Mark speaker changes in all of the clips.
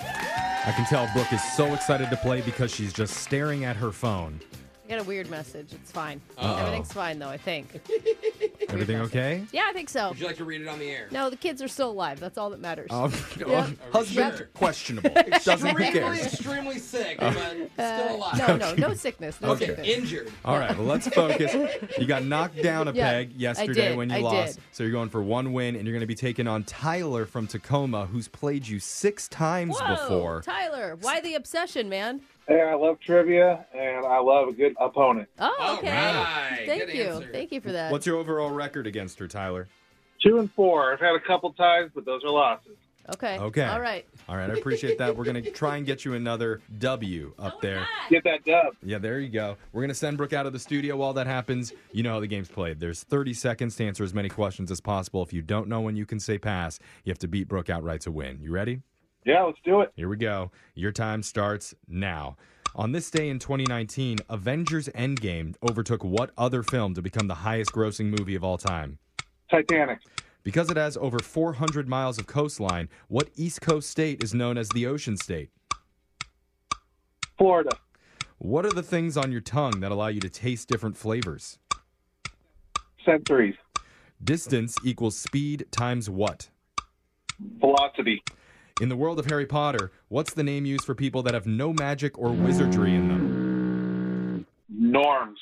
Speaker 1: I can tell Brooke is so excited to play because she's just staring at her phone.
Speaker 2: I got a weird message. It's fine.
Speaker 1: Uh-oh.
Speaker 2: Everything's fine, though, I think.
Speaker 1: Everything okay?
Speaker 2: Yeah, I think so.
Speaker 3: Would you like Oh, to read it on the air?
Speaker 2: No, the kids are still alive. That's all that matters.
Speaker 1: Um,
Speaker 2: Yeah.
Speaker 1: Husband
Speaker 2: Sure.
Speaker 1: questionable. Doesn't
Speaker 3: extremely,
Speaker 1: he care?
Speaker 3: extremely sick, but
Speaker 2: Uh,
Speaker 3: still alive.
Speaker 2: No, no, no sickness. No
Speaker 3: Okay,
Speaker 2: sickness.
Speaker 3: injured.
Speaker 1: All right, well, let's focus. You got knocked down a
Speaker 2: Yeah,
Speaker 1: peg
Speaker 2: I
Speaker 1: yesterday
Speaker 2: did,
Speaker 1: when you
Speaker 2: I
Speaker 1: lost.
Speaker 2: did.
Speaker 1: So you're going for one win, and you're going to be taking on Tyler from Tacoma, who's played you six times
Speaker 2: Whoa,
Speaker 1: before.
Speaker 2: Tyler, why the obsession, man?
Speaker 4: Hey, I love trivia, and I love a good opponent.
Speaker 2: Oh,
Speaker 3: All
Speaker 2: okay.
Speaker 3: right,
Speaker 2: Thank
Speaker 3: good
Speaker 2: you.
Speaker 3: answer.
Speaker 2: Thank you for that.
Speaker 1: What's your overall record against her, Tyler?
Speaker 4: Two and four. I've had a couple ties, but those are losses.
Speaker 2: okay.
Speaker 1: Okay.
Speaker 2: All right.
Speaker 1: All right, I appreciate that. We're going to try and get you another W
Speaker 2: Oh,
Speaker 1: up there.
Speaker 4: Get that dub.
Speaker 1: Yeah, there you go. We're going to send Brooke out of the studio while that happens. You know how the game's played. There's 30 seconds to answer as many questions as possible. If you don't know when you can say pass, you have to beat Brooke outright to win. You ready?
Speaker 4: Yeah, let's do it.
Speaker 1: Here we go. Your time starts now. On this day in 2019, Avengers Endgame overtook what other film to become the highest grossing movie of all time?
Speaker 4: Titanic.
Speaker 1: Because it has over 400 miles of coastline, what East Coast state is known as the Ocean State?
Speaker 4: Florida.
Speaker 1: What are the things on your tongue that allow you to taste different flavors?
Speaker 4: Sensories.
Speaker 1: Distance equals speed times what?
Speaker 4: Velocity.
Speaker 1: In the world of Harry Potter, what's the name used for people that have no magic or wizardry in them?
Speaker 4: Norms.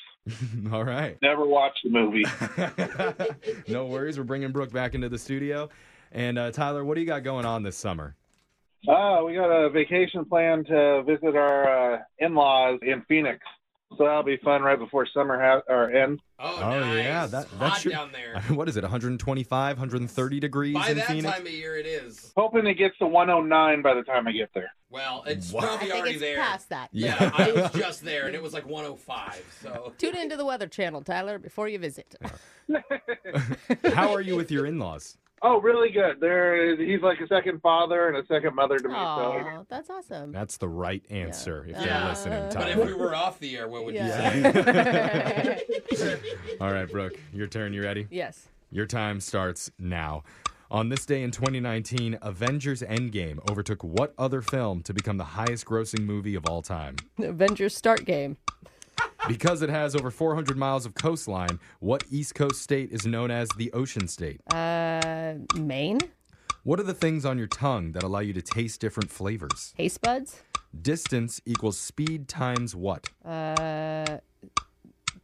Speaker 1: All right.
Speaker 4: Never watched the movie.
Speaker 1: no worries. We're bringing Brooke back into the studio. And uh, Tyler, what do you got going on this summer?
Speaker 4: Ah, we got a vacation plan to visit our uh, in-laws in Phoenix, so that'll be fun right before summer ha- or ends.
Speaker 3: Oh,
Speaker 1: Oh,
Speaker 3: nice.
Speaker 1: yeah, that- that
Speaker 3: Hot
Speaker 1: should-
Speaker 3: down there.
Speaker 1: What is it, 125, 130 degrees
Speaker 3: By
Speaker 1: in
Speaker 3: that
Speaker 1: Phoenix?
Speaker 3: time of year, it is.
Speaker 4: Hoping it gets to 109 by the time I get there.
Speaker 3: Well, it's
Speaker 1: What?
Speaker 2: I
Speaker 3: probably
Speaker 2: think
Speaker 3: already
Speaker 2: it's
Speaker 3: there.
Speaker 2: past that.
Speaker 3: Yeah,
Speaker 1: Yeah.
Speaker 3: I was just there, and it was like 105. So
Speaker 2: Tune into the Weather Channel, Tyler, before you visit.
Speaker 1: How are you with your in laws?
Speaker 4: Oh, really good. There, he's like a second father and a second mother to me. So
Speaker 2: Aw, that's awesome.
Speaker 1: That's the right answer if
Speaker 3: Yeah. Uh,
Speaker 1: you're listening,
Speaker 3: But if we
Speaker 1: Tyler.
Speaker 3: were off the air, what would you say?
Speaker 2: Yeah.
Speaker 1: All right, Brooke, your turn. You ready?
Speaker 2: yes.
Speaker 1: Your time starts now. On this day in 2019, Avengers Endgame overtook what other film to become the highest grossing movie of all time?
Speaker 2: Avengers start game.
Speaker 1: Because it has over 400 miles of coastline, what East Coast state is known as the Ocean State?
Speaker 2: Uh, Maine?
Speaker 1: What are the things on your tongue that allow you to taste different flavors?
Speaker 2: Taste buds?
Speaker 1: Distance equals speed times what?
Speaker 2: Uh,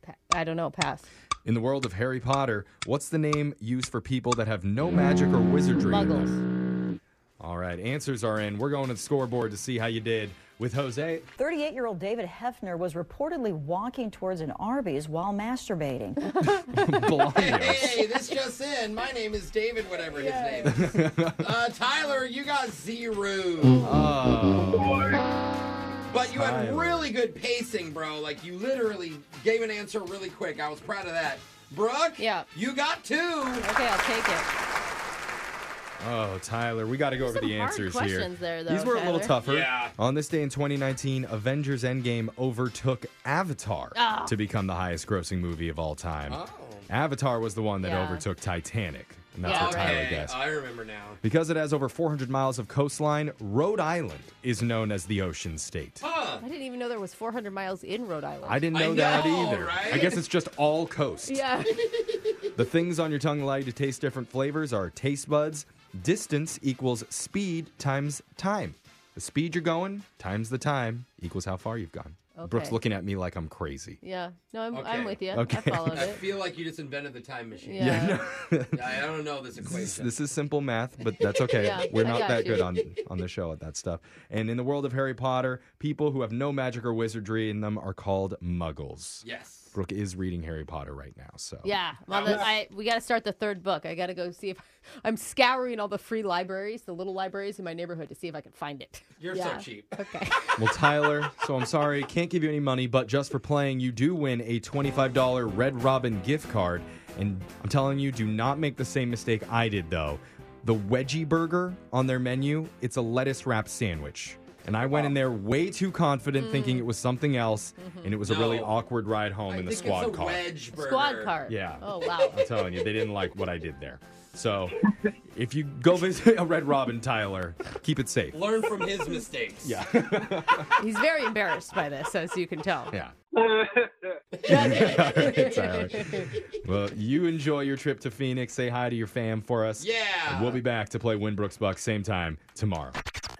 Speaker 2: pa- I don't know. Pass.
Speaker 1: In the world of Harry Potter, what's the name used for people that have no magic or wizardry? in them?
Speaker 2: Muggles.
Speaker 1: All right, answers are in. We're going to the scoreboard to see how you did with Jose.
Speaker 5: 38 year old David Hefner was reportedly walking towards an Arby's while masturbating.
Speaker 1: Bolaños.
Speaker 3: Hey, this just in. My name is David, whatever his name is. Uh, Tyler, you got zero. But you had
Speaker 1: Oh. Tyler.
Speaker 3: really good pacing, bro. Like, you literally gave an answer really quick. I was proud of that. Brooke?
Speaker 2: Yeah.
Speaker 3: You got two.
Speaker 2: Okay, I'll take it.
Speaker 1: Oh, Tyler, we got to go over
Speaker 2: some
Speaker 1: the
Speaker 2: hard
Speaker 1: answers here.
Speaker 2: questions there, though,
Speaker 1: These were a little
Speaker 2: Tyler.
Speaker 1: tougher.
Speaker 3: Yeah.
Speaker 1: On this day in 2019, Avengers Endgame overtook Avatar
Speaker 2: Oh.
Speaker 1: to become the highest grossing movie of all time.
Speaker 3: Oh.
Speaker 1: Avatar was the one that
Speaker 2: Yeah.
Speaker 1: overtook Titanic. And that's
Speaker 2: Yeah,
Speaker 1: what Tyler
Speaker 3: Okay,
Speaker 1: guessed.
Speaker 3: I remember now.
Speaker 1: Because it has over 400 miles of coastline, Rhode Island is known as the Ocean State.
Speaker 3: Huh.
Speaker 2: I didn't even know there was 400 miles in Rhode Island.
Speaker 1: I didn't
Speaker 3: I
Speaker 1: know, that
Speaker 3: know,
Speaker 1: either.
Speaker 3: right?
Speaker 1: I guess it's just all coast.
Speaker 2: Yeah.
Speaker 1: The things on your tongue that allow you to taste different flavors are taste buds. Distance equals speed times time. The speed you're going times the time equals how far you've gone.
Speaker 2: Okay.
Speaker 1: Brooke's looking at me like I'm crazy.
Speaker 2: Yeah. No, I'm,
Speaker 3: Okay.
Speaker 2: I'm with you.
Speaker 1: Okay.
Speaker 2: I followed
Speaker 3: I
Speaker 2: it.
Speaker 3: feel like you just invented the time machine.
Speaker 2: Yeah.
Speaker 3: I I don't know this
Speaker 1: This,
Speaker 3: equation.
Speaker 1: this is simple math, but that's okay.
Speaker 2: Yeah,
Speaker 1: We're
Speaker 2: I
Speaker 1: not
Speaker 2: got
Speaker 1: that
Speaker 2: you.
Speaker 1: good on on the show at that stuff. And in the world of Harry Potter, people who have no magic or wizardry in them are called muggles.
Speaker 3: yes.
Speaker 1: Brooke is reading Harry Potter right now, so
Speaker 2: Yeah, well, the, I, we got to start the third book. I got to go see if I'm scouring all the free libraries, the little libraries in my neighborhood, to see if I can find it.
Speaker 3: You're
Speaker 2: Yeah.
Speaker 3: so cheap.
Speaker 2: Okay.
Speaker 1: Well, Tyler, so I'm sorry, can't give you any money, but just for playing, you do win a $25 Red Robin gift card. And I'm telling you, do not make the same mistake I did, though. The Wedgie Burger on their menu, it's a lettuce wrap sandwich. And I went in there way too confident, thinking it was something else, and it was a really
Speaker 3: No.
Speaker 1: awkward ride home
Speaker 3: I
Speaker 1: in
Speaker 3: think
Speaker 1: the squad
Speaker 3: it's a
Speaker 1: car.
Speaker 3: wedge burger.
Speaker 2: Squad car.
Speaker 1: Yeah.
Speaker 2: Oh wow.
Speaker 1: I'm telling you, they didn't like what I did there. So if you go visit a Red Robin, Tyler, keep it safe.
Speaker 3: Learn from his mistakes.
Speaker 1: Yeah.
Speaker 2: He's very embarrassed by this, as you can tell.
Speaker 1: Yeah.
Speaker 4: Thanks,
Speaker 1: Tyler. Well, you enjoy your trip to Phoenix. Say hi to your fam for us.
Speaker 3: Yeah.
Speaker 1: And we'll be back to play Winbrooks Bucks same time tomorrow.